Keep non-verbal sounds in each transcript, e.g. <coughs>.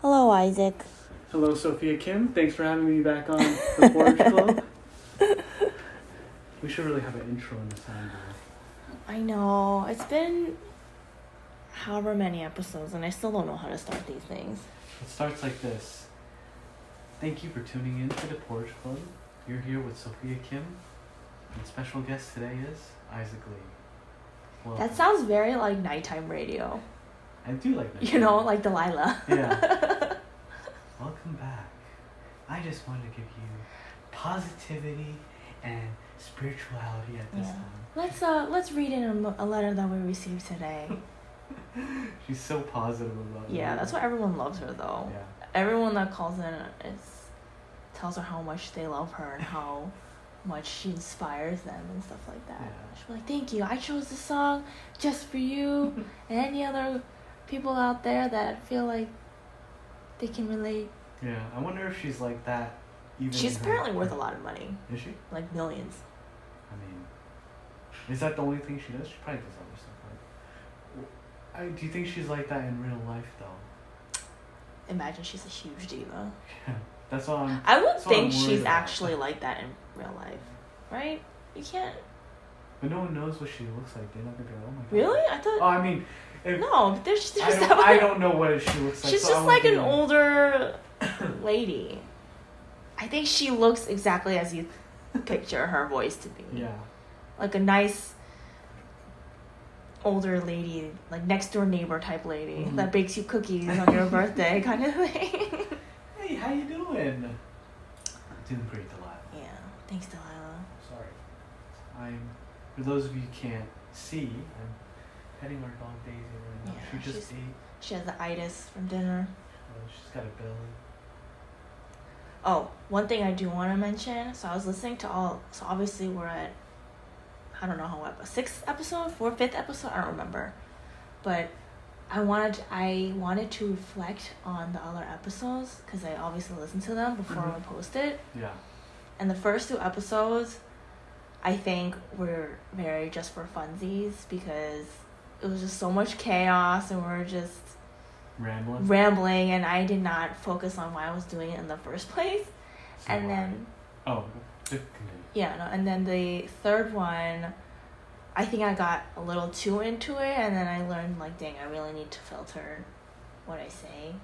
Hello, Isaac. Hello, Sophia Kim. Thanks for having me back on the <laughs> Forge Club. We should really have an intro and a soundboard. I know. It's been however many episodes, and I still don't know how to start these things. It starts like this. Thank you for tuning in to the Porch Club. You're here with Sophia Kim, and special guest today is Isaac Lee. Well, That sounds very like nighttime radio. <laughs> I do like that. You know, like Delilah. <laughs> yeah. Welcome back. I just wanted to give you positivity and spirituality at this Yeah. Let's uh let's read in a, mo- a letter that we received today. time. She's so positive about it. Yeah, that's why everyone loves her though. Yeah. Everyone that calls in is tells her how much they love her and how much she inspires them and stuff like that. Yeah. She'll be like, "Thank you. I chose this song just for you <laughs> and any other people out there that feel like they can relate." Yeah, I wonder if she's like that. Even She's in her- apparently worth a lot of money, Is she? like millions. I mean, is that the only thing she does? She probably does other stuff. Right? W- I, do you think she's like that in real life though? Imagine she's a huge diva. Yeah, that's what I'm. I would That's what I'm think worried she's about. actually like that in real life, right? You can't But no one knows what she looks like. They're not gonna be like, oh my god. really. I Oh, thought I mean, if, no. There's I there's don't. that I don't know what she looks like. She's so I just won't like be an <coughs> older lady. I think she looks exactly as you picture her voice to be. Yeah. Like a nice older lady, like next door neighbor type lady Mhm. that bakes you cookies on <laughs> your birthday kind of thing. <laughs> Hey, how you doing? Doing great, Delilah. yeah. Thanks, Delilah. Sorry. I'm. For those of you who can't see, I'm petting our dog Daisy right now. Yeah, she just she's- ate. She has the itis from dinner. Uh, she's got a belly. Oh, one thing I do want to mention. So I was listening to all. So obviously we're at, I don't know how what, sixth episode, fourth, fifth episode. I don't remember, but I wanted I wanted to reflect on the other episodes because I obviously listened to them before Mhm. we posted. Yeah. And the first two episodes, I think were very just for funsies because it was just so much chaos and we we're just Rambling. rambling and I did not focus on why I was doing it in the first place. So And why- then Oh, just continue. Yeah, no, and then the third one, I think I got a little too into it, and then I learned like, dang, I really need to filter what I say.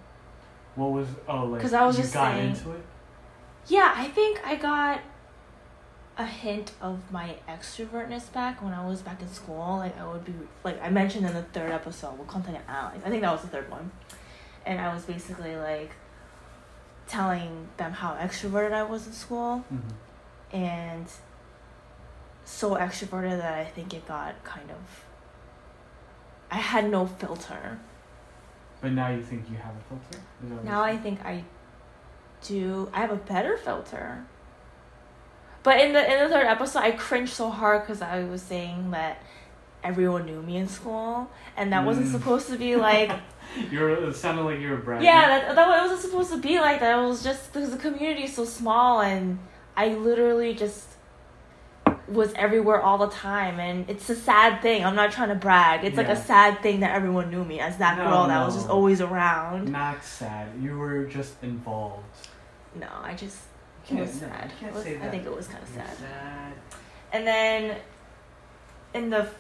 What was. Oh, like. 'Cause I was you just got saying- into it? Yeah, I think I got a hint of my extrovertness back when I was back in school. Like I would be like I mentioned in the third episode with content and allies. I think that was the third one, and I was basically like telling them how extroverted I was in school. Mm-hmm. and so extroverted that I think it got kind of. I had no filter. But now you think you have a filter? Is that what Now you're I think I do. I have a better filter. But in the in the third episode, I cringed so hard because I was saying that everyone knew me in school, and that wasn't Mm. supposed to be like. saying? <laughs> You're, it sounded like you were bragging. yeah, that that way it wasn't supposed to be like that. It was just because the community is so small, and I literally just was everywhere all the time, and it's a sad thing. I'm not trying to brag. It's like Yeah. a sad thing that everyone knew me as that No, girl that was no. just always around. Not sad. You were just involved. No, I just You it was can't- no, sad. you can't It was- say I that. think it was kind of You're sad. sad. And then in the f-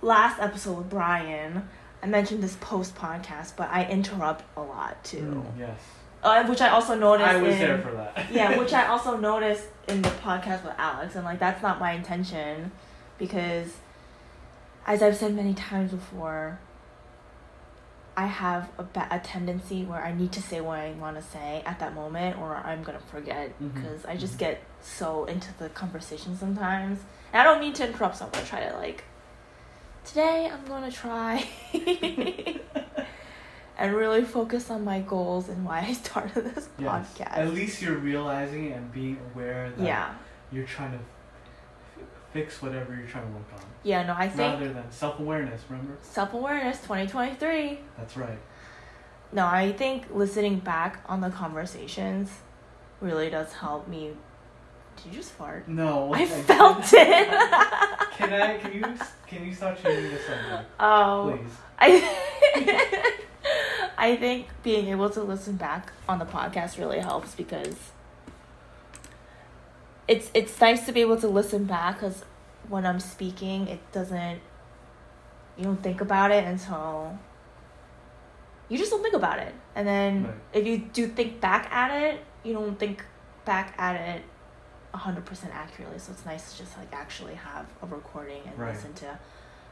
last episode with Brian, I mentioned this post podcast, but I interrupt a lot too, Mm, yes. uh, which I also noticed. I was in- there for that. yeah, which I also noticed in the podcast with Alex, and like that's not my intention, because, as I've said many times before, I have a, ba- a tendency where I need to say what I want to say at that moment, or I'm gonna forget Mhm. because I just Mhm. get so into the conversation sometimes. And I don't mean to interrupt someone. I try to like, today I'm gonna <laughs> try. <laughs> And really focus on my goals and why I started this <laughs> Yes. podcast. At least you're realizing and being aware that Yeah. you're trying to f- fix whatever you're trying to work on. Yeah, no, I think Rather than self awareness, remember? self awareness 2023. That's right. No, I think listening back on the conversations really does help me. Did you just fart? No. I <laughs> okay. felt <laughs> it. Can I? <laughs> Can you? Can you stop changing the subject, oh, please? I. <laughs> I think being able to listen back on the podcast really helps because it's it's nice to be able to listen back because when I'm speaking, it doesn't you don't think about it until you just don't think about it, and then Right. if you do think back at it, you don't think back at it hundred percent accurately. So it's nice to just like actually have a recording and Right. listen to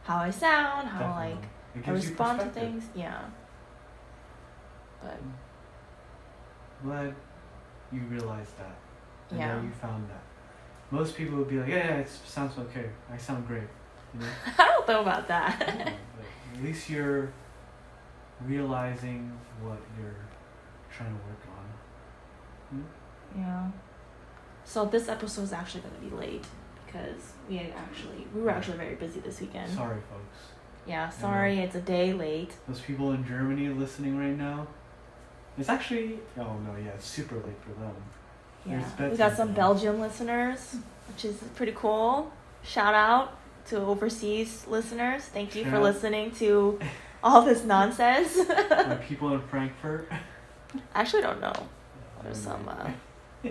how I sound, how like Definitely. It I gives you respond to perspective. things. Yeah. But Glad you realized that. And yeah. now you found that. Most people would be like, yeah, yeah, it sounds okay. I sound great. <laughs> You know? I don't know about Yeah, that. <laughs> but at least you're realizing what you're trying to work on. yeah. So this episode is actually going to be late because we had actually we were actually very busy this weekend. Sorry, folks. Yeah, sorry, it's a day late. Those people in Germany listening right now. It's actually, oh no, yeah, it's super late for them. Yeah. There's bets We got and some things. Belgium listeners, which is pretty cool. Shout out to overseas listeners. Thank you for Shout out. listening to all this nonsense. <laughs> Or people in Frankfurt. I actually don't know. There's some <laughs> uh,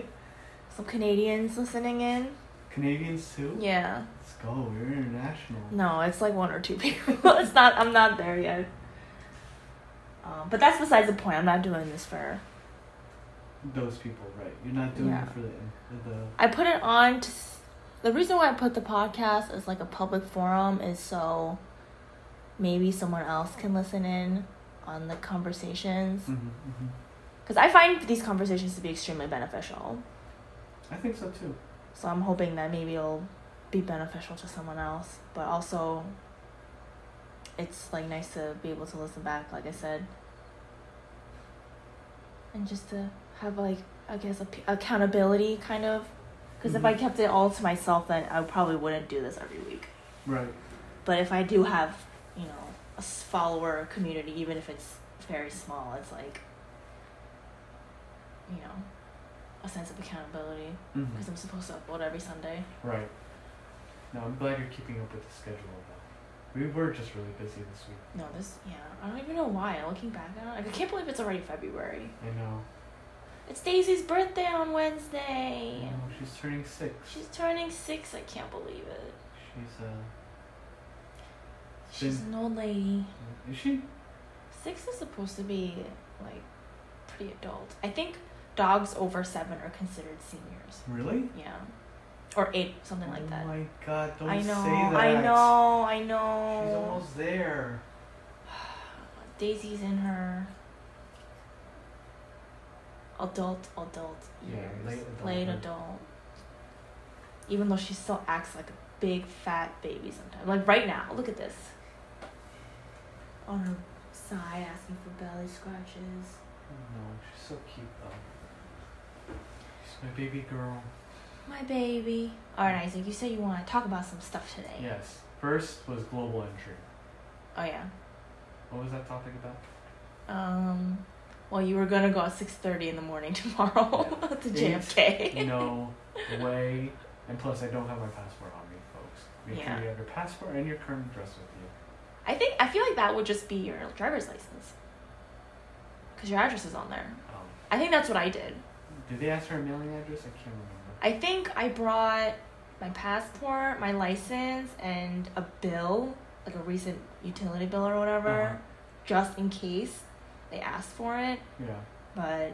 some Canadians listening in. Canadians too? Yeah. Let's go, we're international. No, it's like one or two <laughs> people. it's not. I'm not there yet. Um, but that's besides the point. I'm not doing this for. Those people, right. You're not doing Yeah. it for the, for the I put it on. To, s- the reason why I put the podcast as like a public forum is so maybe someone else can listen in on the conversations Mhm, mhm. because I find these conversations to be extremely beneficial. I think so too. So I'm hoping that maybe it'll be beneficial to someone else, but also it's like nice to be able to listen back, like I said, and just to have like I guess a p- accountability kind of. Because if I Mhm. kept it all to myself, then I probably wouldn't do this every week. Right. But if I do have, you know, a s- follower community, even if it's very small, it's like, you know, a sense of accountability Mhm. because I'm supposed to upload every Sunday. Right. No, I'm glad you're keeping up with the schedule. Though. We were just really busy this week. No, this yeah. I don't even know why. Looking back on it, like, I can't believe it's already February. I know. It's Daisy's birthday on Wednesday. Oh, she's turning six. She's turning six. I can't believe it. She's uh, She's Then- an old lady. is she? Six is supposed to be like pretty adult. I think dogs over seven are considered seniors. Really? Yeah, or eight, something like Oh that. my god! Don't I say know. that. I know. I She's know. almost there. Daisy's in her adult, adult Yeah, years, late adulthood. late adult. Even though she still acts like a big fat baby sometimes. Like right now, look at this. On her side, asking for belly scratches. Oh, no, she's so cute though. She's my baby girl. My baby. All right, Isaac. You said you want to talk about some stuff today. Yes. First was global entry. Oh yeah. What was that topic about? Um. Well, you were gonna go at six thirty in the morning <laughs> tomorrow to JFK. no way. And plus, I don't have my passport on me, folks. Make Yeah. sure you have your passport and your current address with you. I think I feel like that would just be your driver's license, cause your address is on there. Um, I think that's what I did. did they ask for a mailing address? I can't remember. I think I brought my passport, my license, and a bill, like a recent utility bill or whatever, Uh-huh. just in case they asked for it. Yeah. But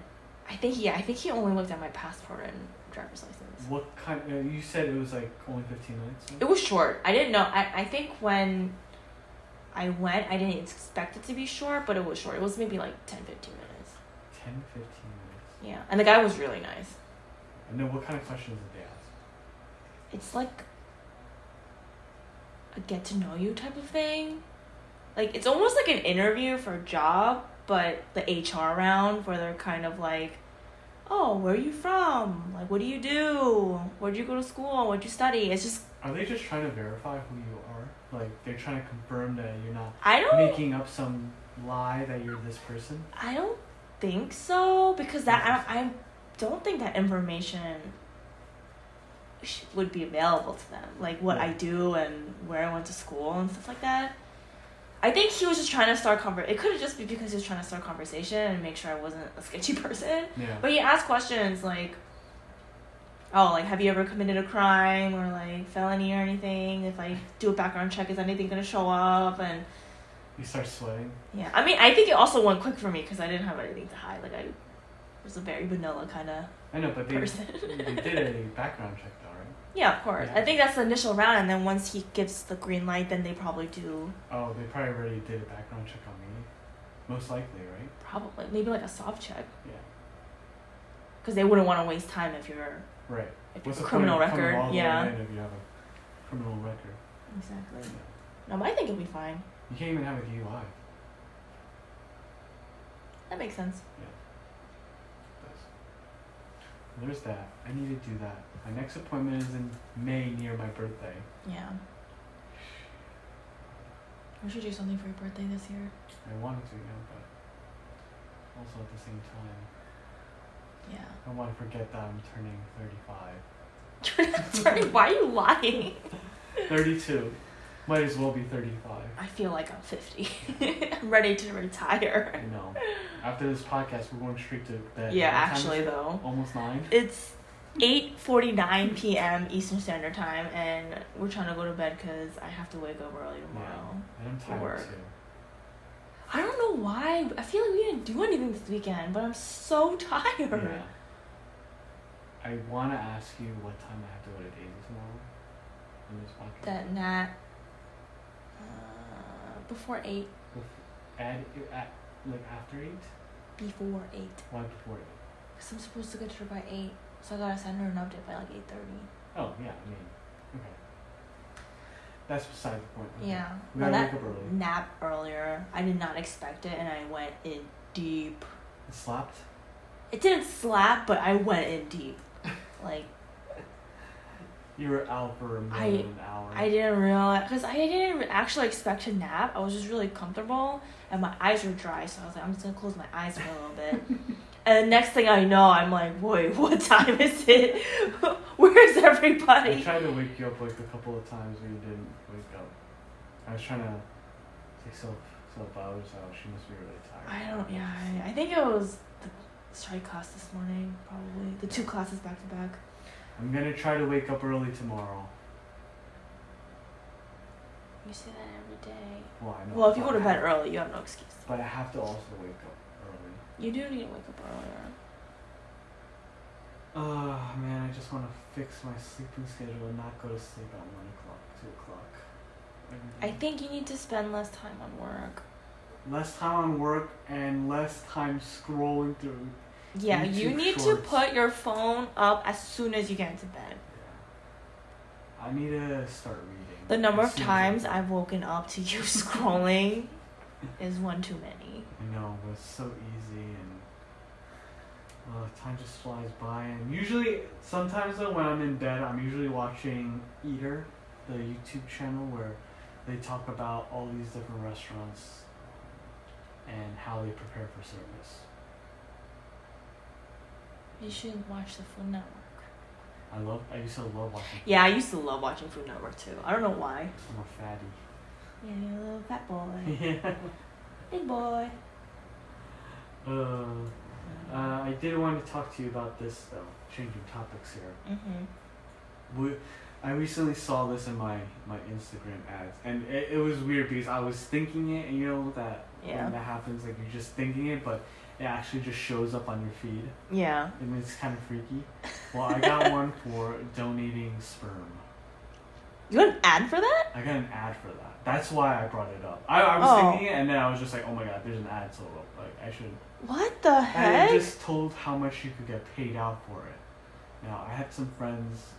I think yeah, I think he only looked at my passport and driver's license. What kind? Uh, you said it was like only fifteen minutes. It was short. I didn't know. I, I think when I went, I didn't expect it to be short, but it was short. It was maybe like 10, 15 minutes. 10, 15 minutes. Yeah, and the guy was really nice. And then what kind of questions did they ask? It's like a get to know you type of thing. Like it's almost like an interview for a job, but the HR round where they're kind of like, "Oh, where are you from? Like, what do you do? Where'd you go to school? What'd you study?" It's just Are they just trying to verify who you are? Like they're trying to confirm that you're not I <gasps> don't making up some lie that you're this person. I don't think so because that I, I don't think that information sh- would be available to them, like what I do and where I went to school and stuff like that. I think he was just trying to start conver. It could have just been because he was trying to start conversation and make sure I wasn't a sketchy <laughs> person. Yeah. But he asked questions like, "Oh, like have you ever committed a crime or like felony or anything? If I do a background check, is anything gonna show up?" And You start sweating. yeah, I mean, I think it also went quick for me because I didn't have anything to hide. Like I was a very vanilla kind of I know, but they, person. <laughs> <laughs> they did a background check though, Yeah, of course. I Yeah. think that's the initial round, and then once he gives the green light, then they probably do right? Oh, they probably already did a background check on me. Most likely, right? probably maybe like a soft check Yeah. because they wouldn't want to waste time if you're Right. if you're What's a the criminal point of coming record. all the way Yeah, in if you have a criminal record. exactly. Yeah. No, but I think it'll be fine. You can't even have a DUI. That makes sense. There's that. I need to do that. My next appointment is in May near my birthday. Yeah. We should do something for your birthday this year. I wanted to, you know, but also at the same time, Yeah. <laughs> I want to forget that I'm turning 35. Sorry, why are you lying? 32. Might as well be 35. I feel like I'm 50. <laughs> I'm ready to retire. I know. After this podcast, we're going straight to bed. Yeah, What time is actually it? though. Almost 9. It's 8:49 p.m. Eastern Standard Time and we're trying to go to bed cuz I have to wake up early tomorrow. And I'm tired Work. <laughs> too. I don't know why. I feel like we didn't do anything this weekend, but I'm so <laughs> tired. Yeah. I want to ask you what time I have to go to Daisy tomorrow. In this podcast. That Nat uh, before 8, At, at like after eight? before 8. Why before eight? Cause I'm supposed to get to her by eight, so I gotta send her an update by like eight thirty. Oh yeah, I mean, okay. That's beside the point. okay. Yeah. We Well, gotta that wake up early. nap earlier, I did not expect it, and I went in deep. It slapped. It didn't slap, but I went in deep. Like You were out for more I- than an hour. I didn't realize, cause I didn't actually expect to nap. I was just really comfortable, and my eyes were dry, so I was like, I'm just gonna close my eyes for a little bit. and the next thing I know, I'm like, wait, <laughs> what time is it? <laughs> Where's I everybody? tried to wake you up like a couple of times, but you didn't wake up. I was trying to take self self out. So she must be really tired. I don't. Yeah, I, I think it was the strike class this morning, probably the two classes back to back. I'm gonna try to wake up early tomorrow. You say that every day. Well, I know. Well, if you but go to I bed have- early, you have no excuse. But I have to also wake up early. You do need to wake up earlier. Oh man, I just want to fix my sleeping schedule and not go to sleep at one o'clock, two o'clock. I Mm-hmm. think you need to spend less time on work. less time on work and less time scrolling through. Yeah, YouTube you need to shorts. put your phone up as soon as you get into bed. I need to start reading. The number as of soon as times I I've woken up to you <laughs> scrolling is one too many. I know it was so easy and uh, time just flies by. And usually, sometimes though, when I'm in bed, I'm usually watching Eater, the YouTube channel where they talk about all these different restaurants and how they prepare for service. You should watch the Food Network. I love. I used to love watching. Yeah, I used to love watching Food Network too. I don't know why. I'm a fatty. Yeah, you're a little fat boy. yeah. Big boy. <laughs> Uh, uh, I did want to talk to you about this though. Changing topics here. Mm-hmm. We, I recently saw this in my, my Instagram ads, and it, it was weird because I was thinking it, and you know that Yeah. when that happens, like you're just thinking it, but it actually just shows up on your feed. Yeah. I mean, it's kind of freaky. Well, I got <laughs> one for donating sperm. You got an ad for that? I got an ad for that. That's why I brought it up. I, I was Oh. thinking it, and then I was just like, oh my god, there's an ad sold up. Like I should. What the And heck? it just told how much you could get paid out for it. Now, I had some friends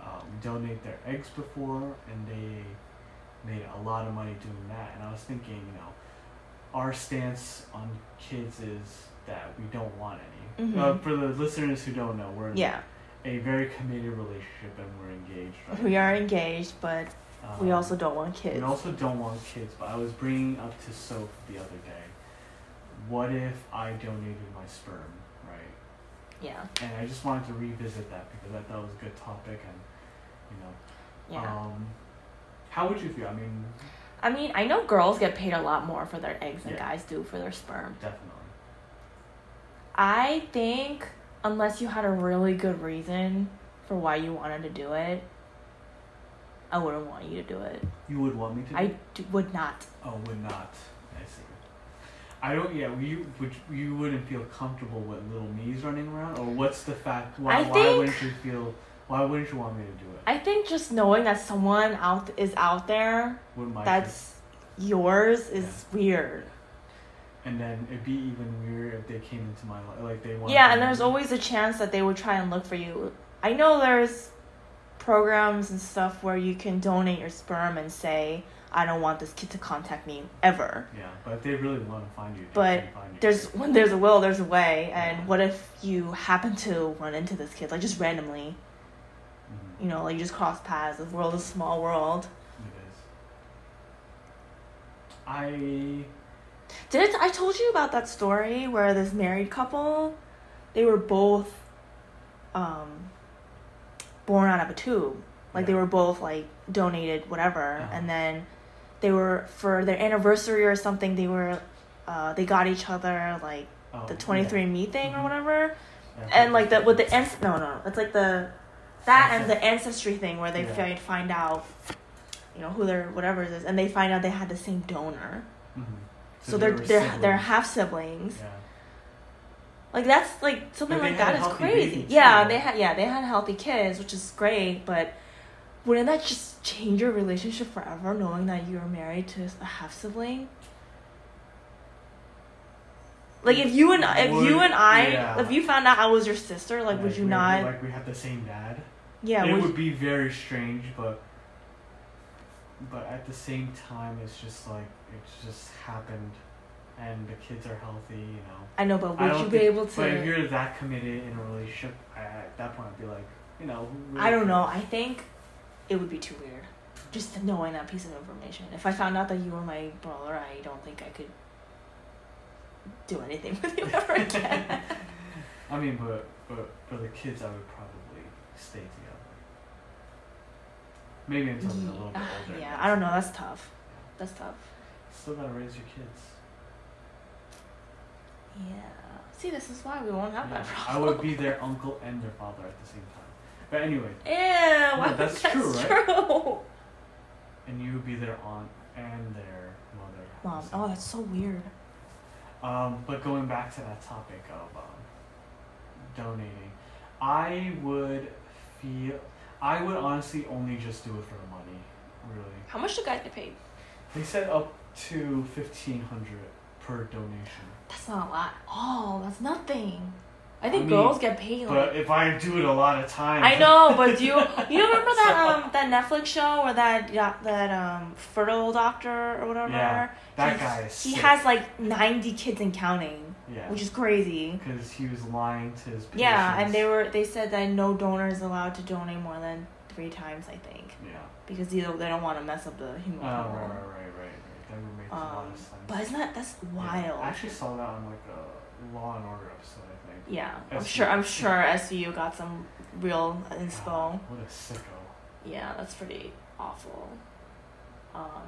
um, donate their eggs before, and they made a lot of money doing that. And I was thinking, you know, our stance on kids is that we don't want any. Mhm. Uh, for the listeners who don't know, we're in yeah, a very committed relationship and we're engaged. Right we now. are engaged, but we Um, also don't want kids. and also don't want kids, but I was bringing up to Soap the other day. What if I donated my sperm, right? Yeah, And I just wanted to revisit that because I thought it was a good topic, and you know, yeah. um, how would you feel? I mean, I mean, I know girls get paid a lot more for their eggs than Yeah. guys do for their sperm. Definitely. I think unless you had a really good reason for why you wanted to do it, I wouldn't want you to do it. You would want me to? I do- d- would not. oh, would not. I see. I don't. Yeah, you would. You wouldn't feel comfortable with little me's running around, or what's the fact? Why, I why think- wouldn't you feel? Why wouldn't you want me to do it? I think just knowing that someone out is out there Wouldn't mind. that's yours is weird. And then it'd be even weirder if they came into my life, like they wanted. Yeah, to- and there's always a chance that they would try and look for you. I know there's programs and stuff where you can donate your sperm and say, I don't want this kid to contact me ever. Yeah, but if they really want to find you, they But can find you. There's when there's a will, there's a way. And what if you happen to run into this kid, like just randomly, Mhm. you know, like you just cross paths. The world is a small world. It is. I Did I told you about that story where this married couple, they were both, um, born out of a tube. Like they Yeah. were both like donated whatever, Uh-huh. and then they were for their anniversary or something. They were, uh, they got each other like oh, the twenty three andme thing Mhm. or whatever, yeah. Mm-hmm. and like the with the ans- no no it's like the that and the ancestry thing where they Yeah. find find out, you know who their whatever it is, and they find out they had the same donor. Mhm. So, they're they were they're they're siblings. half siblings. Yeah. Like that's like something But they like had that is healthy crazy. babies, Yeah, too. they had yeah they had healthy kids, which is great. But wouldn't that just change your relationship forever, knowing that you are married to a half sibling? Like if you and if you Would- and I yeah. if you found out I was your sister, like would you we, not? Like we have the same dad. yeah, it would, would, be very strange, but but at the same time, it's just like it just happened, and the kids are healthy, you know. I know, but I would don't you be think- able But if to? you're that committed in a relationship, I, at that point, I'd be like, you know. who I don't really- know. I think it would be too weird. Just knowing that piece of information. If I found out that you were my brother, I don't think I could do anything <laughs> with you ever again. I mean, but but for the kids, I would probably stay together. Maybe until they're a little bit Ah, older. yeah, I don't know. That's tough. That's tough. Still gotta raise your kids. Yeah. See, this is why we won't have Yeah, that <laughs> I problem. would be their uncle and their father at the same time. But anyway, Ew. why would- that's that's, true, true. and you would be their aunt and their mother. at the Mom. same Oh, that's so weird. Um, but going back to that topic of um, donating, I would feel I would honestly only just do it for the money. Really, How much do guys get paid? they said up to fifteen hundred per donation. That's not a lot. Oh, that's nothing. I think mean, girls get paid like But if I do it a lot of times, <laughs> I know, but do you you remember that um that Netflix show or that doc- that um fertile doctor or whatever? Yeah, that He's- guy is. He sick. has like ninety kids and counting, Yeah, which is crazy. because he was lying to his. Patients. Yeah, and they were they said that no donor is allowed to donate more than three times, I think, Yeah. because either they don't want to mess up the human Oh, right, right, pool. right, right, right. That would make a lot Um, of sense. But isn't that that's Yeah. wild? I actually saw that on like a Law and Order episode, I think. Yeah, I'm SVU. sure. I'm sure SVU got some real God, inspo. What a sicko. Yeah, that's pretty awful. Um,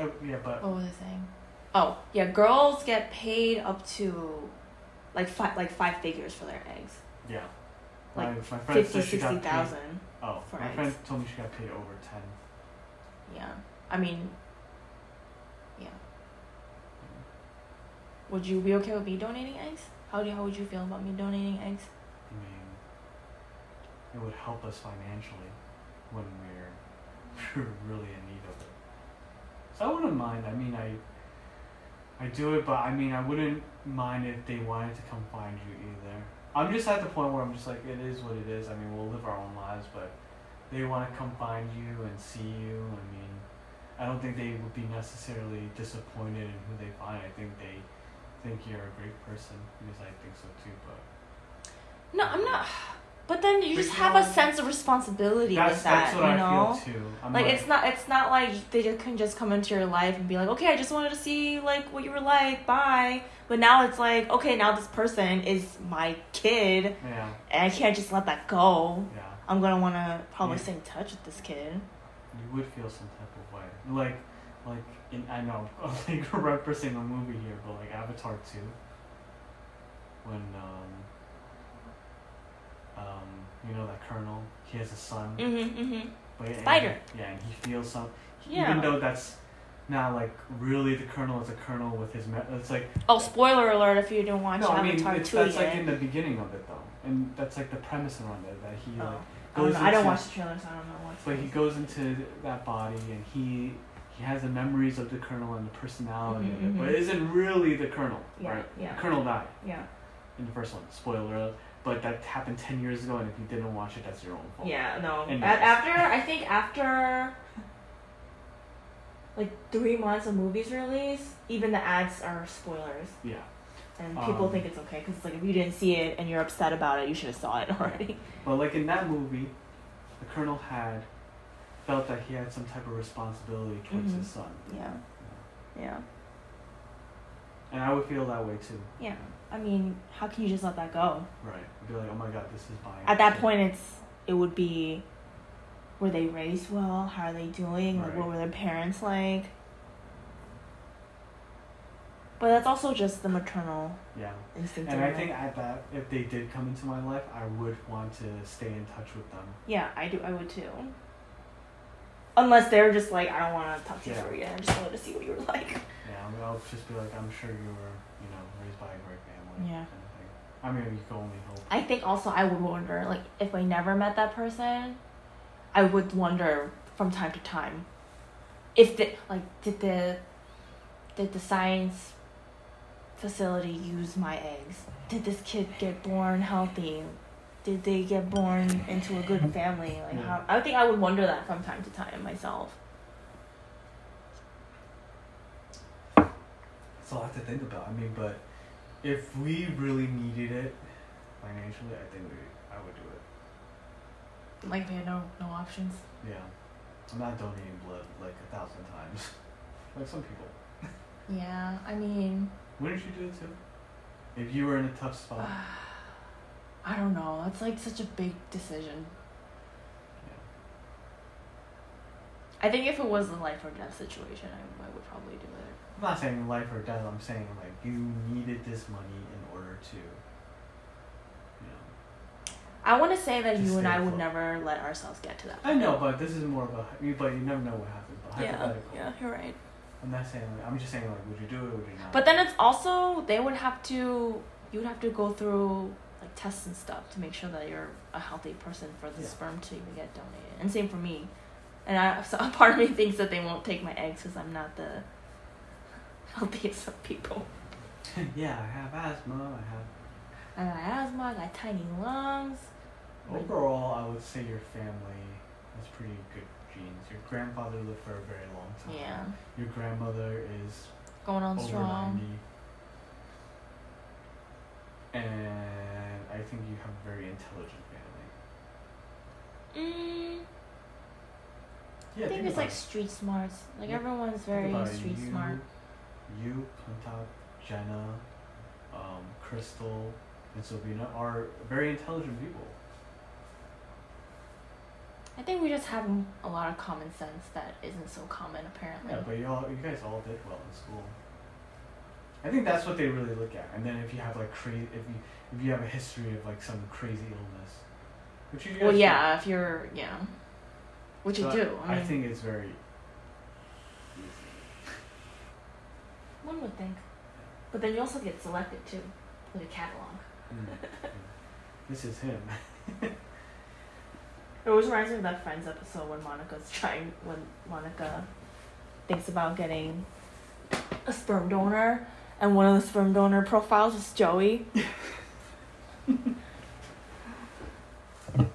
Oh, yeah, but What was I saying? Oh yeah, girls get paid up to, like five like five figures for their eggs, yeah. Like my, my friend fifty said she got sixty paid- thousand. Oh, for my eggs. friend told me she got paid over ten. Yeah, I mean, yeah. Would you be okay with me donating eggs? How do you, how would you feel about me donating eggs? I mean, it would help us financially when we're, we're <laughs> really in need of it. So I wouldn't mind. I mean, I I do it, but I mean, I wouldn't mind if they wanted to come find you either. I'm just at the point where I'm just like, it is what it is. I mean, we'll live our own lives, but they want to come find you and see you. I mean, I don't think they would be necessarily disappointed in who they find. I think they think you're a great person because I think so too. But No, I'm not. But then you But just you have know- a sense of responsibility that's, with that, that's what you I know. feel too. I'm like it's not it's not like they just can just come into your life and be like okay i just wanted to see like what you were like bye but now it's like okay now this person is my kid yeah, and i can't just let that go yeah, i'm gonna want to probably Yeah. stay in touch with this kid yeah. you would feel some type of way. Like, like in, I know <laughs> I'm like referencing a movie here, but like Avatar two. When um, um, you know that colonel, he has a son. Mm-hmm. Mm-hmm. But yeah, Spider. and he- yeah, and he feels some. he- Yeah. Even though that's not like really the colonel is a colonel with his. Me- it's like Oh, spoiler alert! If you didn't watch no, I mean Avatar it's, two that's like yet. in the beginning of it though, and that's like the premise around it that he like oh. I don't, goes know. I don't into- watch the trailers. I don't know what's. But he goes into that body and he he has the memories of the colonel and the personality of it, Mhm, mhm. but it isn't really the colonel, Yeah, right? yeah. The colonel died yeah. in the first one. Spoiler alert. But that happened ten years ago, and if you didn't watch it, that's your own fault. Yeah, no. And A- after I think after like three months of movies release, even the ads are spoilers, Yeah. and people Um, think it's okay because like if you didn't see it and you're upset about it, you should have saw it <laughs> already. But like in that movie, the colonel had felt that he had some type of responsibility towards Mhm. his son, Yeah, yeah. and I would feel that way too. Yeah. I mean, how can you just let that go? Right. I'd be like, oh my god, this is my. At that point, it's it would be. Were they raised well? How are they doing? Like, what Right. were their parents like? But that's also just the maternal Yeah. instinct. And in I it. think at that, if they did come into my life, I would want to stay in touch with them. Yeah, I do. I would too. Unless they're just like, I don't want to talk to you Yeah. ever again. I just wanted to see what you were like. Yeah, I mean, I'll just be like, I'm sure you were, you know, raised by a great family. Yeah. Kind of thing. I mean, you can only hope. I think also I would wonder, like, if I never met that person, I would wonder from time to time, if the like did the did the science facility use my eggs? Did this kid get born healthy? Did they get born into a good family? Like, Yeah. how, I think I would wonder that from time to time myself. It's a lot to think about. I mean, but if we really needed it financially, I think we, I would do it. Like, they had no no options. Yeah. I'm not donating blood like a thousand times, <laughs> like some people. Yeah, I mean, <sighs> Wouldn't you do it too? If you were in a tough spot. Uh. I don't know. That's like such a big decision. yeah. I think if it was a life or death situation, I, I would probably do it. I'm not saying life or death. I'm saying like you needed this money in order to, you know, I want to say that To you and stay I would afloat. never let ourselves get to that. I know, but this is more of a. you- But you never know what happens. But Yeah, hypothetical. yeah, you're right. I'm not saying. Like, I'm just saying like, would you do it? Would you not? But then it's also they would have to. You would have to go through like tests and stuff to make sure that you're a healthy person for the Yeah. sperm to even get donated. And same for me. And I, so <laughs> a part of me thinks that they won't take my eggs because I'm not the <laughs> healthiest of people. <laughs> yeah, I have asthma. I have. I got asthma. I got tiny lungs. Overall, I would say your family has pretty good genes. Your grandfather lived for a very long time. Yeah, Your grandmother is going on over strong. ninety. And I think you have a very intelligent family. Mm, Yeah, I think it's about like it. street smarts. Like Yeah, everyone's Think very about it. street you, smart. You, Punta, Jenna, um, Crystal, and Sylvina are very intelligent people. I think we just have m- a lot of common sense that isn't so common apparently. Yeah, but y'all, you guys all did well in school. I think that's what they really look at. And then if you have like crazy, if you if you have a history of like some crazy illness, which you guys well, do. yeah, Mm. if you're yeah, which So you do. I, I mean, think it's very. easy. one would think, but then you also get selected too, like a catalog. Mm, mm. this is him. <laughs> It always reminds me of that Friends episode when Monica's trying when Monica thinks about getting a sperm donor, and one of the sperm donor profiles is Joey.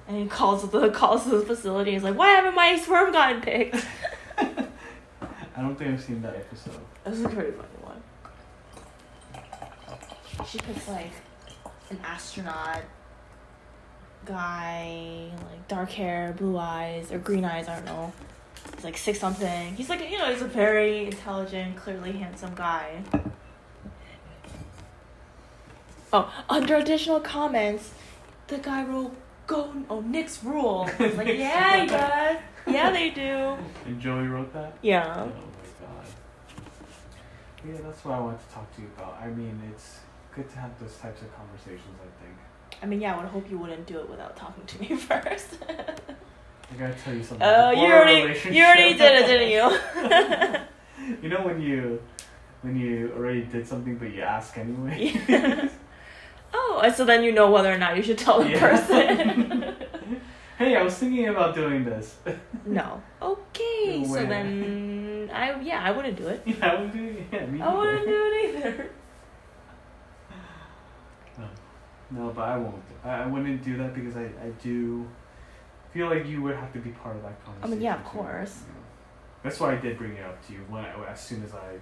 and he calls the calls the facility. He's like, "Why haven't my sperm gotten picked?" I don't think I've seen that episode. This is a pretty funny one. She picks like an astronaut guy, like dark hair, blue eyes, or green eyes, I don't know. He's like six something. He's like, you know, he's a very intelligent, clearly handsome guy. Oh, under additional comments, the guy wrote go, oh, Nick's rule. I <laughs> was like, Nick's yeah, he rule. does. Yeah, they do. And Joey wrote that? Oh Yeah. my god. Yeah, that's what I wanted to talk to you about. I mean, it's good to have those types of conversations, I think. I mean, yeah, I would hope you wouldn't do it without talking to me <laughs> <laughs> first. I gotta tell you something. Oh, you Before a already, you already relationship- did it, didn't you? <laughs> you know when you when you already did something but you ask anyway? Yeah. Oh, and so then you know whether or not you should tell the Yeah. <laughs> person. hey, I was thinking about doing this. <laughs> no. Okay. No so way. then I yeah I wouldn't do it. yeah, I would do it. Yeah, me I wouldn't either. do it either. No, but I won't. I, I wouldn't do that because I, I do feel like you would have to be part of that I conversation. mean, yeah, of too. course. Yeah. That's why I did bring it up to you when I, as soon as I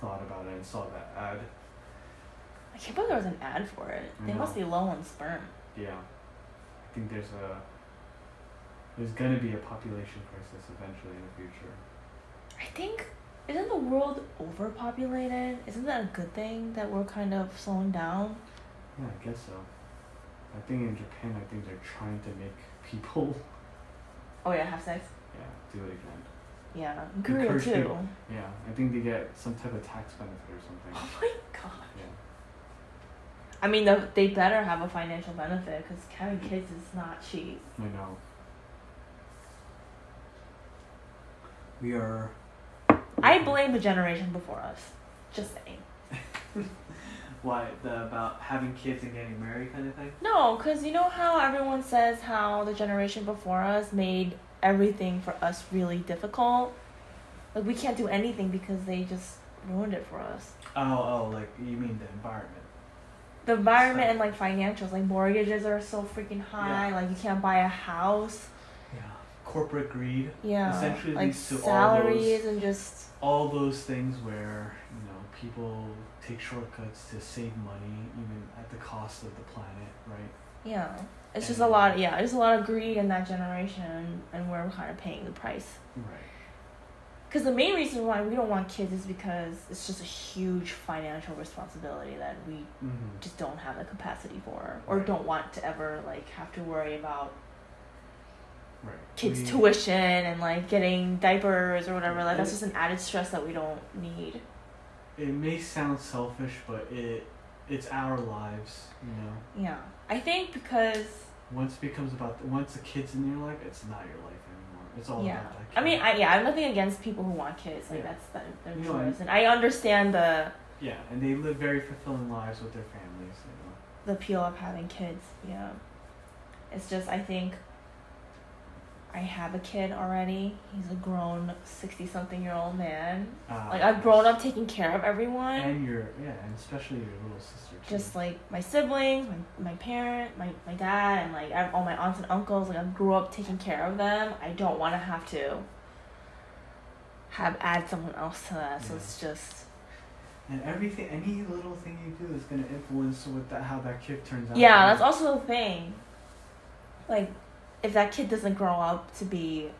thought about it and saw that ad. I can't believe there was an ad for it. I They know. must be low on sperm. Yeah, I think there's a there's gonna be a population crisis eventually in the future. I think isn't the world overpopulated? Isn't that a good thing that we're kind of slowing down? Yeah, I guess so. I think in Japan, I think they're trying to make people <laughs> Oh yeah, have sex. yeah do it again. Yeah, in Korea Encourage too. people. Yeah, I think they get some type of tax benefit or something. <gasps> Oh my god. Yeah. I mean, the, they better have a financial benefit because having kids is not cheap. I know. We are. I blame the generation before us. Just saying. Why the about having kids and getting married kind of thing? No, because you know how everyone says how the generation before us made everything for us really difficult? Like, we can't do anything because they just ruined it for us. Oh, oh, like you mean the environment? The environment and like financials, like mortgages are so freaking high, Yeah. like, you can't buy a house. Yeah. Corporate greed, Yeah. Essentially like, leads to all salaries and just. all those things where you know people take shortcuts to save money, even at the cost of the planet, right? Yeah. It's just a And- lot, yeah, there's a lot of greed in that generation, and we're kind of paying the price. Right. Because the main reason why we don't want kids is because it's just a huge financial responsibility that we Mm-hmm. just don't have the capacity for, or Right. don't want to ever like have to worry about Right. kids' We- tuition and like getting diapers or whatever. Like that's just an added stress that we don't need. It may sound selfish, but it it's our lives, you know. Yeah, I think because Once it becomes about once the kids in your life, it's not your life anymore. It's all yeah, about that. Kid. I mean, I yeah, I have nothing against people who want kids. Like Yeah. that's the, their You know, choice, and I understand the yeah, and they live very fulfilling lives with their families. You know. the appeal of having kids. Yeah, it's just I think. I have a kid already. He's a grown sixty something year old man. Uh, Like I've grown up taking care of everyone. And your yeah, and especially your little sister. Too. just like my siblings, my, my parent, my, my dad, and like I all my aunts and uncles. Like I grew up taking care of them. I don't want to have to have add someone else to that. So Yeah. it's just and everything, any little thing you do is gonna influence what that how that kid turns out. yeah, that's also the thing. Like, if that kid doesn't grow up to be,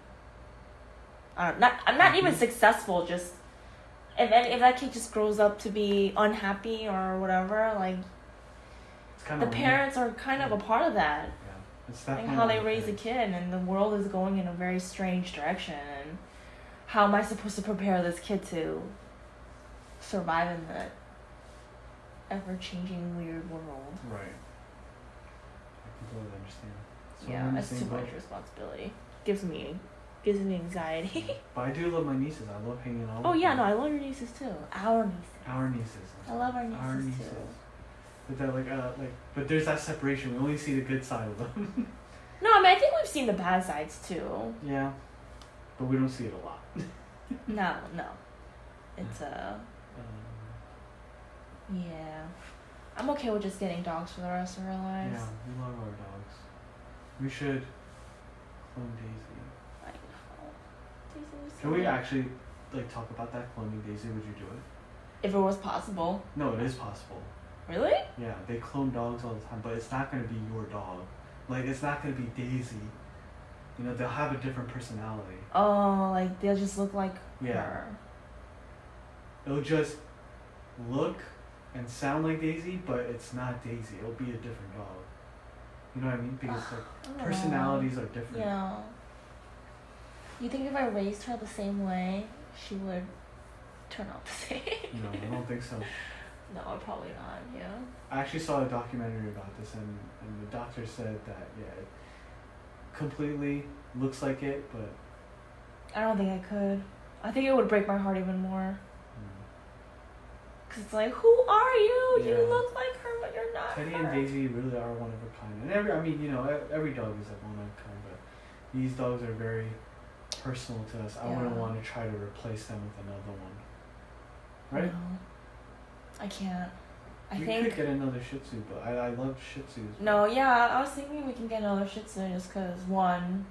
uh, not I'm not even Mhm. successful. Just if any, if that kid just grows up to be unhappy or whatever, like It's kind the parents are kind of a part of that. Yeah, it's that like kind how of they weird raise a thing. kid and the world is going in a very strange direction and how am i supposed to prepare this kid to survive in the ever-changing weird world Right. I completely understand. So I'm yeah in the that's same too much boat. responsibility gives me gives me anxiety But I do love my nieces. I love hanging out. oh with yeah them. no i love your nieces too our nieces Our nieces. I love our nieces, too. But they're like, uh, like, but there's that separation. We only see the good side of them. no i mean i think we've seen the bad sides too yeah, but we don't see it a lot. no no it's uh Um, yeah i'm okay with just getting dogs for the rest of our yeah, lives we love our dogs. We should clone Daisy. I know. Daisy was so Can we good. actually like talk about that cloning Daisy? Would you do it? If it was possible. No, it is possible. Really? Yeah, they clone dogs all the time, but it's not gonna be your dog. Like, it's not gonna be Daisy. You know, they'll have a different personality. Oh, like they'll just look like Yeah. her. It'll just look and sound like Daisy, but it's not Daisy. It'll be a different dog. You know what I mean? Because <sighs> like I don't know. personalities are different. Yeah. You think if I raised her the same way, she would turn out the <laughs> same? You know, I don't think so. no, probably not. Yeah. I actually saw a documentary about this, and, and the doctor said that yeah, it completely looks like it, but I don't think I could. I think it would break my heart even more. you Cause it's like, who are you? You Yeah. look like her, but you're not. know, Teddy her. and Daisy really are one of a kind. And every I mean, you know, e- every dog is like one of a kind, but these dogs are very personal to us. I wouldn't Yeah. want to try to replace them with another one. Right? No. I can't. I we think. could get another Shih Tzu, but I, I love Shih Tzus. No, yeah, I was thinking we can get another Shih Tzu just because one,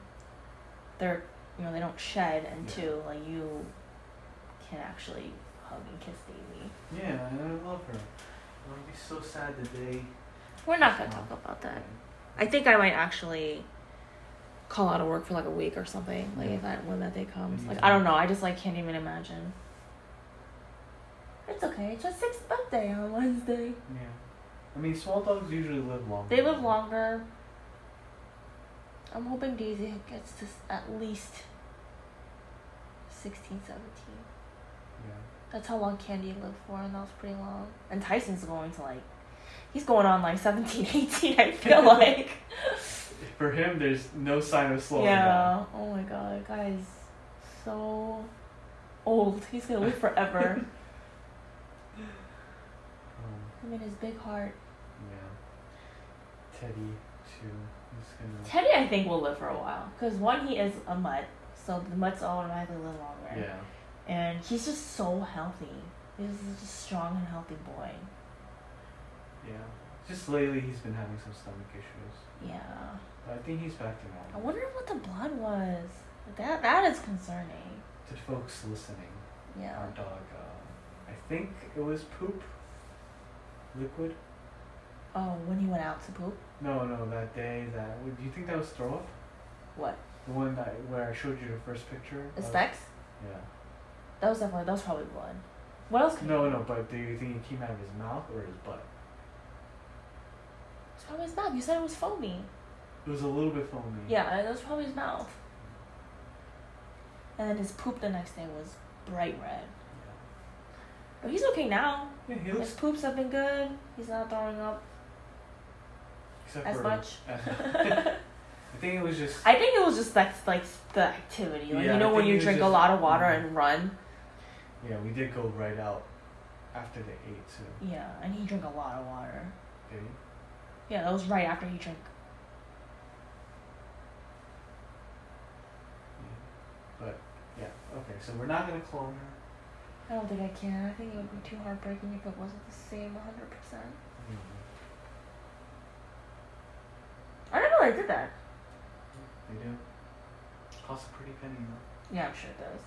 they're you know they don't shed, and Yeah. two, like you can actually hug and kiss Daisy. Yeah, and I love her. I'd be so sad that they. We're not gonna talk about that. I think I might actually call out of work for like a week or something. Like if that when that day comes, like I don't know. I just like can't even imagine. It's okay. It's your sixth birthday on Wednesday. Yeah. I mean, small dogs usually live longer. They live longer. I'm hoping Daisy gets to s- at least 16, 17. Yeah. That's how long Candy lived for, and that was pretty long. And Tyson's going to like, he's going on like 17, 18, I feel like. For him, there's no sign of slowing down. yeah. Oh my god, guy's so old. He's gonna live <laughs> forever. Um, Him and his big heart. yeah. Teddy, too. He's gonna. Teddy, I think, will live for a while. Because one, he is a mutt, so the mutts automatically live longer. Yeah. and he's just so healthy. He's just a strong and healthy boy. Yeah. Just lately, he's been having some stomach issues. Yeah. But I think he's back to I normal. wonder what the blood was. That that is concerning. To folks listening, Yeah. our dog, uh, I think it was poop. Liquid? Oh, when he went out to poop. No, no, that day, that. Do you think that was throw up? What? The one that where I showed you the first picture. The of- specs? Yeah. That was definitely that was probably blood. What else? Could No, no, but do you think it came out of his mouth or his butt? It's probably his mouth. You said it was foamy. It was a little bit foamy. Yeah, that was probably his mouth. And then his poop the next day was bright red. Yeah. But he's okay now. Yeah, he His looks poops have been good. He's not throwing up <laughs> except as for much. <laughs> I think it was just. I think it was just that like the activity. Like Yeah, you I know when think it you was drink a just- lot of water Mhm. and run. yeah, we did go right out after they ate too. Yeah, and he drank a lot of water. Did he? Yeah, that was right after he drank. Yeah. But yeah, okay. So we're not gonna clone her. I don't think I can. I think it would be too heartbreaking if it wasn't the same 100. percent Mhm. I don't know. I did that. They do. Costs a pretty penny. though. Yeah, I'm sure it does.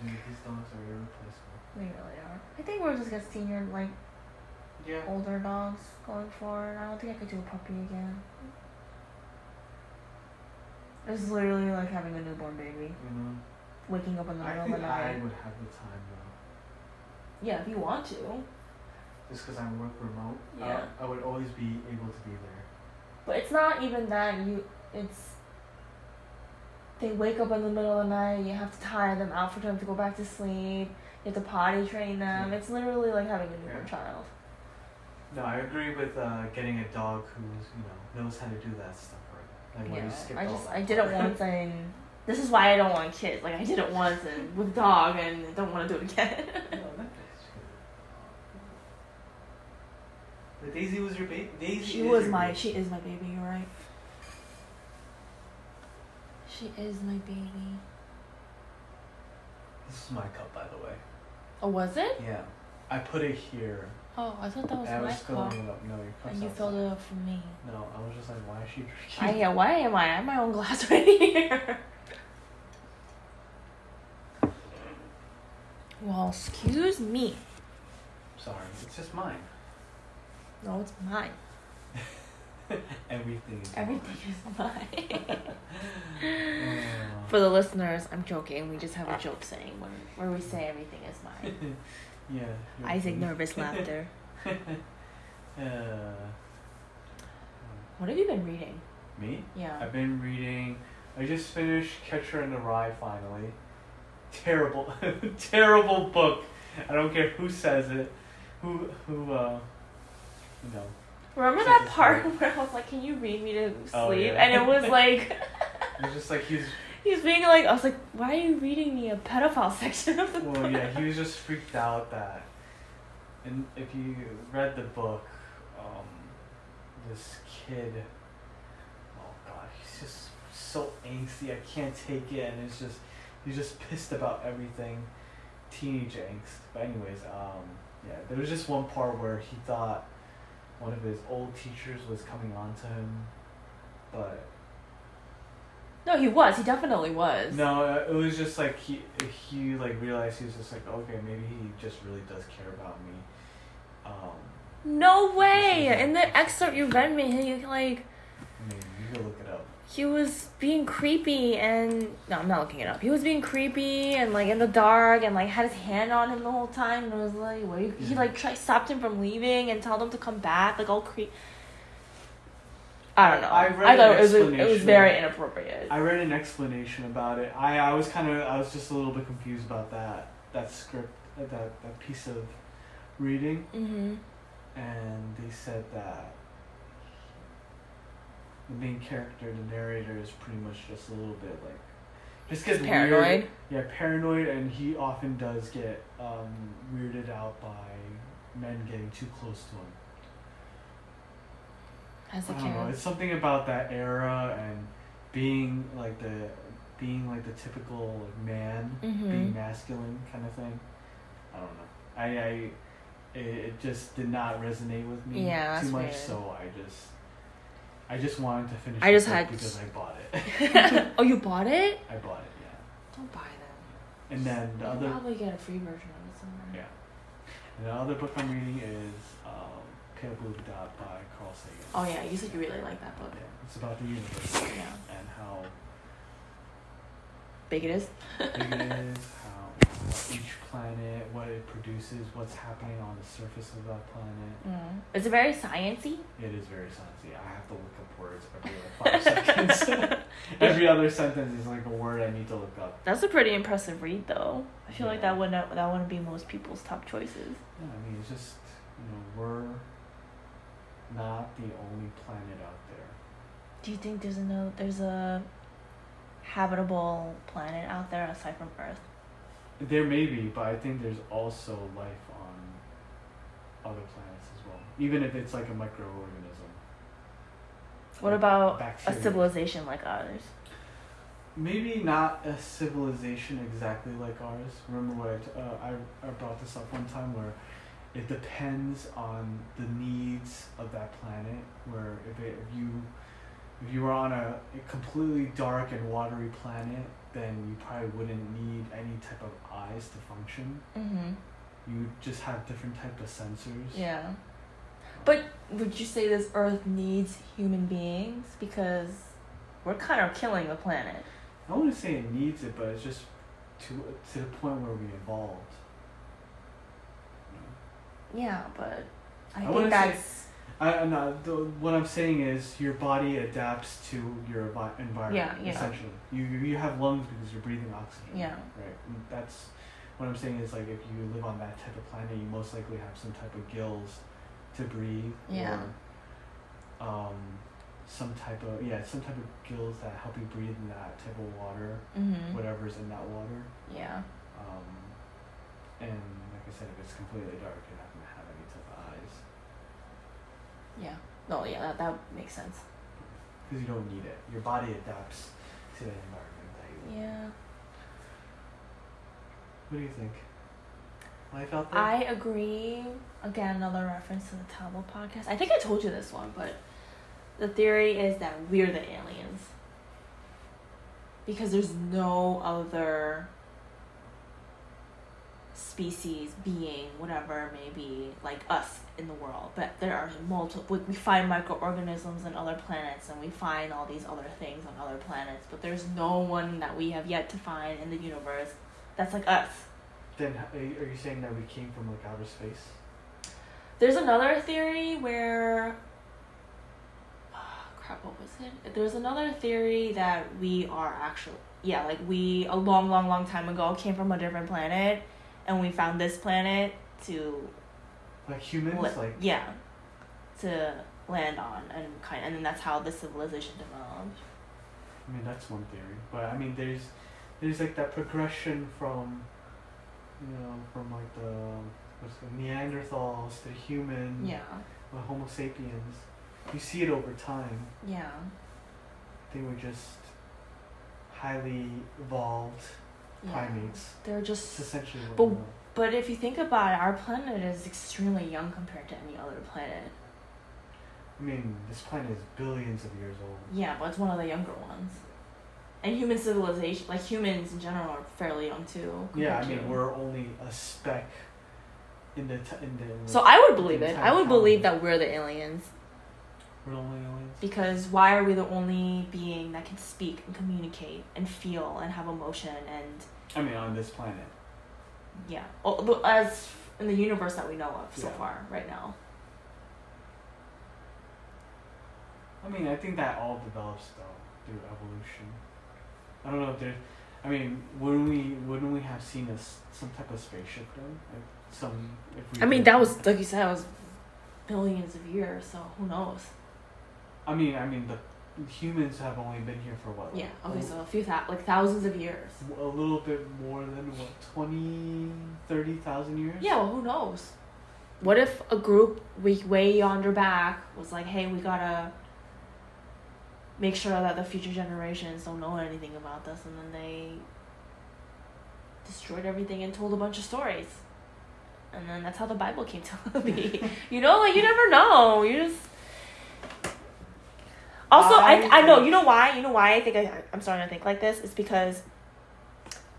And these dogs are irreplaceable. They really are. I think we're just gonna senior like Yeah. older dogs going forward. I don't think I could do a puppy again. It's literally like having a newborn baby, You know. waking up in the I middle of think the night. I would have the time though. Yeah, if you want to. just because I work remote, I- Yeah. I, would always be able to be there. But it's not even that you. It's they wake up in the middle of the night. You have to tire them out for them to go back to sleep. You have to potty train them. Yeah. It's literally like having a newborn Yeah. child. No, I agree with uh, getting a dog who's you know knows how to do that stuff right. Like when you skip yeah, I all just that I did it part. <laughs> once and this is why I don't want kids. Like I did it once and with dog and I don't want to do it again. <laughs> No, that is But Daisy was your baby. Daisy. she is was your my baby. she is my baby. You're right. She is my baby. This is my cup, by the way. Oh, was it? Yeah, I put it here. Oh, I thought that was I my was filling cup. it up. No, your cup's And you outside. filled it up for me. No, I was just like, why is she I, drinking? <laughs> yeah, why am I? I have my own glass <laughs> right here. Well, excuse me. Sorry, it's just mine. No, it's mine. Everything is Everything is <laughs> mine. <laughs> mine. Uh, For the listeners, I'm joking. We just have a joke saying where, where we say everything is mine. yeah. you're Isaac, welcome. nervous laughter. uh, What have you been reading? Me? Yeah. I've been reading. I just finished Catcher in the Rye finally. Terrible, <laughs> terrible book. I don't care who says it, who who uh, you know. Remember Such that as part where I was like, "Can you read me to sleep?" Oh, yeah. And it <laughs> was like It's just like he's he was being like, I was like, "Why are you reading me a pedophile <laughs> section of the well, book?" yeah, he was just freaked out that, and if you read the book, um, this kid, oh god, he's just so angsty. I can't take it, and it's just he's just pissed about everything, teenage angst. But anyways, um, yeah, there was just one part where he thought one of his old teachers was coming on to him, but No, he was. He definitely was. no, uh, it was just like he he like realized he was just like okay maybe he just really does care about me. Um, No way! This is- In the excerpt you read me, he like maybe you can look it up. he was being creepy and no, I'm not looking it up. He was being creepy and like in the dark and like had his hand on him the whole time and I was like, what? Are you? He Mhm. like tried stopped him from leaving and told him to come back, like all creep. I don't know. I I, read thought an it was it was explanation. very inappropriate. I read an explanation about it. I, I was kind of I was just a little bit confused about that that script uh, that that piece of reading, hmm and they said that the main character, the narrator, is pretty much just a little bit like just gets weird- Paranoid. Yeah, paranoid, and he often does get um, weirded out by men getting too close to him. As a I don't know. kid. It's something about that era and being like the being like the typical like, man, Mm-hmm. being masculine kind of thing. I don't know. I, I it, it just did not resonate with me Yeah, that's too much, weird. so I just I just wanted to finish. I the just book had- because I bought it. <laughs> oh, you bought it? I bought it, yeah. Don't buy them. And then the You other probably get a free version of it somewhere. Yeah. And the other book I'm reading is um, Pale Blue Dot by Carl Sagan. Oh yeah, you said you really like that book. Yeah, it's about the universe Yeah. and <laughs> how Big it is. big it is, how each planet, what it produces, what's happening on the surface of that planet. Mm. Is it very sciency? It is very sciencey. I have to look up words every <laughs> like five seconds. every other sentence is like a word I need to look up. That's a pretty impressive read, though. I feel like Yeah. that would not that wouldn't be most people's top choices. Yeah, I mean, it's just you know we're not the only planet out there. Do you think there's a no, there's a habitable planet out there aside from Earth? There may be, but I think there's also life on other planets as well. Even if it's like a microorganism. What Like about bacteria. A civilization like ours. Maybe not a civilization exactly like ours. Remember what I, t- uh, I, I brought this up one time where it depends on the needs of that planet. Where if, it, if you if you were on a, a completely dark and watery planet, then you probably wouldn't need any type of eyes to function. Mm-hmm. You would just have different type of sensors. Yeah. But would you say this Earth needs human beings because we're kind of killing the planet? I wouldn't say it needs it, but it's just to to the point where we evolved. You know? Yeah, but I, I think wouldn't say- that's I, I'm not, the, what I'm saying is your body adapts to your envi- environment. Yeah, yeah. Essentially, you you you have lungs because you're breathing oxygen. Yeah. Right. And that's what I'm saying is like if you live on that type of planet, you most likely have some type of gills to breathe. Yeah. Or, um, some type of yeah, some type of gills that help you breathe in that type of water, Mm-hmm. whatever's in that water. Yeah. Um, and like I said, if it's completely dark, you're not gonna have any type of eyes Yeah. No, yeah, that, that makes sense. because you don't need it. Your body adapts to the environment that you live. in. Yeah. What do you think? Life out there. I agree. Again, another reference to the Tabo podcast. I think I told you this one, but the theory is that we're the aliens. Because there's no other species, being, whatever it may be, like us in the world. But there are multiple, we find microorganisms on other planets and we find all these other things on other planets, but there's no one that we have yet to find in the universe that's like us. then h- are you, are you saying that we came from like outer space? There's another theory where uh, crap, what was it? There's another theory that we are actually, yeah, like we, a long, long, long time ago, came from a different planet and we found this planet to, Like humans, li- like yeah, to land on and kind and then that's how the civilization developed. I mean that's one theory, but I mean there's there's like that progression from you know from like the what's the Neanderthals to human, Yeah. the Homo sapiens. You see it over time. Yeah. They were just highly evolved yeah. primates. They're It's just essentially what But- we are. But if you think about it, our planet is extremely young compared to any other planet. I mean, this planet is billions of years old. Yeah, but it's one of the younger ones. And human civilization, like humans in general, are fairly young too. Yeah, I compared to- mean we're only a speck in the t- in the. in the- So I would believe it. entire I would believe colony. that we're the aliens we're the only aliens. because why are we the only being that can speak and communicate and feel and have emotion and I mean, on this planet. yeah, Oh, the- as in the universe that we know of so Yeah. far right now. I mean, I think that all develops though through evolution. I don't know if there's. I mean, wouldn't we wouldn't we have seen us some type of spaceship then? If some. If we I mean, did- that was like you said, that was billions of years. So who knows? I mean, I mean the humans have only been here for what? Yeah. like, Okay. a- So a few thou- like thousands of years. A little bit more than what 20, 30,000 years. Yeah, well, who knows? What if a group we way yonder back was like, hey, we gotta make sure that the future generations don't know anything about this, and then they destroyed everything and told a bunch of stories. And then that's how the Bible came to <laughs> be. you know, like you never know. You just. Also, I, I I know, think- you know why? You know why I think I, I'm starting to think like this? It's because,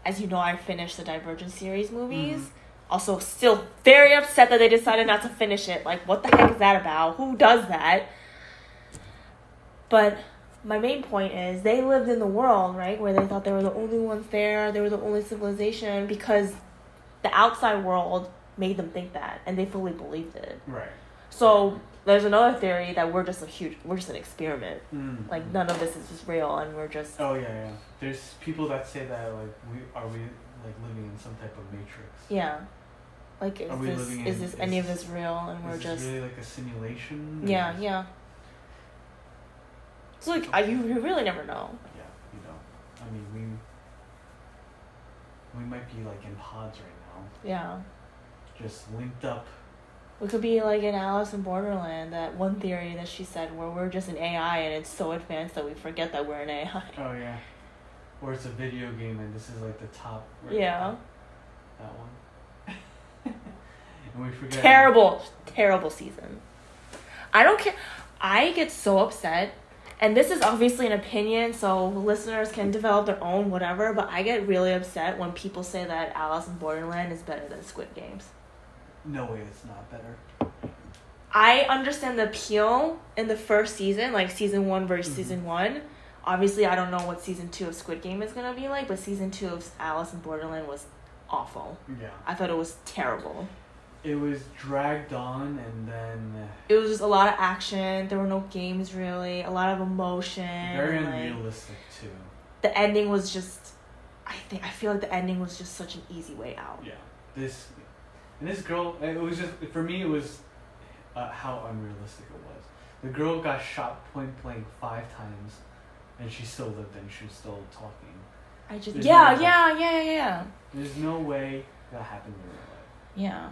as you know, I finished the Divergent series movies. Mhm. Also, still very upset that they decided not to finish it. Like, what the heck is that about? Who does that? But my main point is they lived in the world, right, where they thought they were the only ones there, they were the only civilization because the outside world made them think that and they fully believed it. Right. So, there's another theory that we're just a huge, we're just an experiment. Mm. Like, none of this is just real and we're just, Oh yeah, yeah. There's people that say that like we are we like living in some type of matrix. yeah. Like, Are is we this, living is in- this is any of this- this real? And we're Is this just. really like a simulation? or Yeah, is- yeah. So like, I, you you really never know. Yeah, you know. I mean, we we might be like in pods right now, Yeah, just linked up. we could be like in Alice in Borderland. That one theory that she said, where we're just an AI and it's so advanced that we forget that we're an AI. Oh yeah. Or it's a video game, and this is like the top. Yeah. That one. <laughs> and we forget. Terrible, terrible season. I don't care. I get so upset, and this is obviously an opinion, so listeners can develop their own whatever. But I get really upset when people say that Alice in Borderland is better than Squid Games. No way, it's not better. I understand the appeal in the first season, like season one versus Mhm. season one. Obviously, I don't know what season two of Squid Game is gonna be like, but season two of Alice in Borderland was awful. Yeah. I thought it was terrible. It was dragged on, and then It was just a lot of action. There were no games really. A lot of emotion. very and, like, unrealistic too. the ending was just. I think I feel like the ending was just such an easy way out. Yeah. This and this girl, it was just for me. It was uh, how unrealistic it was. The girl got shot point blank five times, and she still lived and she was still talking. I just There's yeah no- yeah yeah yeah yeah There's no way that happened in real life. yeah.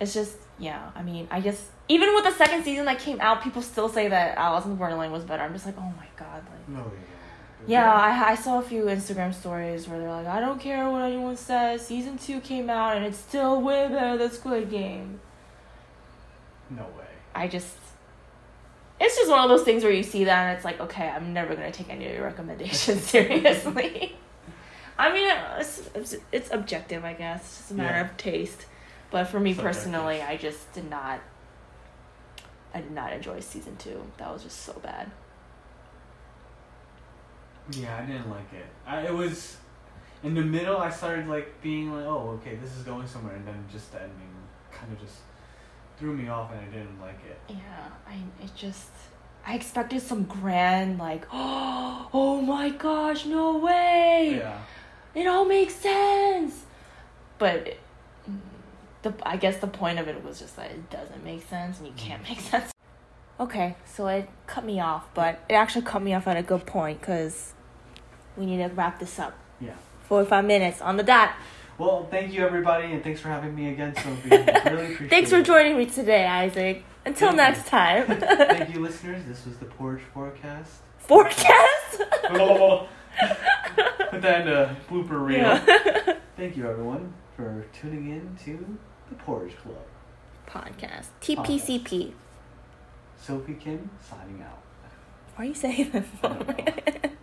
It's just yeah. I mean, I guess even with the second season that came out, people still say that Alice in Borderland was better. I'm just like, oh my god, like. No way. Mm-hmm. Yeah, I, I saw a few Instagram stories where they're like, I don't care what anyone says. Season two came out and it's still way better than Squid Game. No way. I just, it's just one of those things where you see that and it's like, okay, I'm never gonna take any of your recommendations <laughs> seriously. I mean, it's, it's, it's objective, I guess. It's just a matter Yeah. of taste. But for me Subjective. personally, I just did not. I did not enjoy season two. That was just so bad. Yeah, I didn't like it. I, it was in the middle. I started like being like, oh, okay, this is going somewhere, and then just the ending kind of just threw me off, and I didn't like it. Yeah, I it just I expected some grand like <gasps> oh, oh my gosh, no way. Yeah. It all makes sense. But the I guess the point of it was just that it doesn't make sense and you Mm-hmm. can't <laughs> make sense. Okay, so it cut me off, but it actually cut me off at a good point cuz we need to wrap this up. Yeah. 45 minutes on the dot. Well, thank you everybody, and thanks for having me again, <laughs> Sophie. I really appreciate Thanks for it. joining me today, Isaac. Until Thank you. next time. <laughs> Thank you, listeners. This was the Porridge Forecast. <laughs> Forecast. Put that in a blooper reel. Yeah. <laughs> Thank you, everyone, for tuning in to the Porridge Club. Podcast. TPCP. Sophie Kim signing out. Why are you saying I don't know. <laughs> this?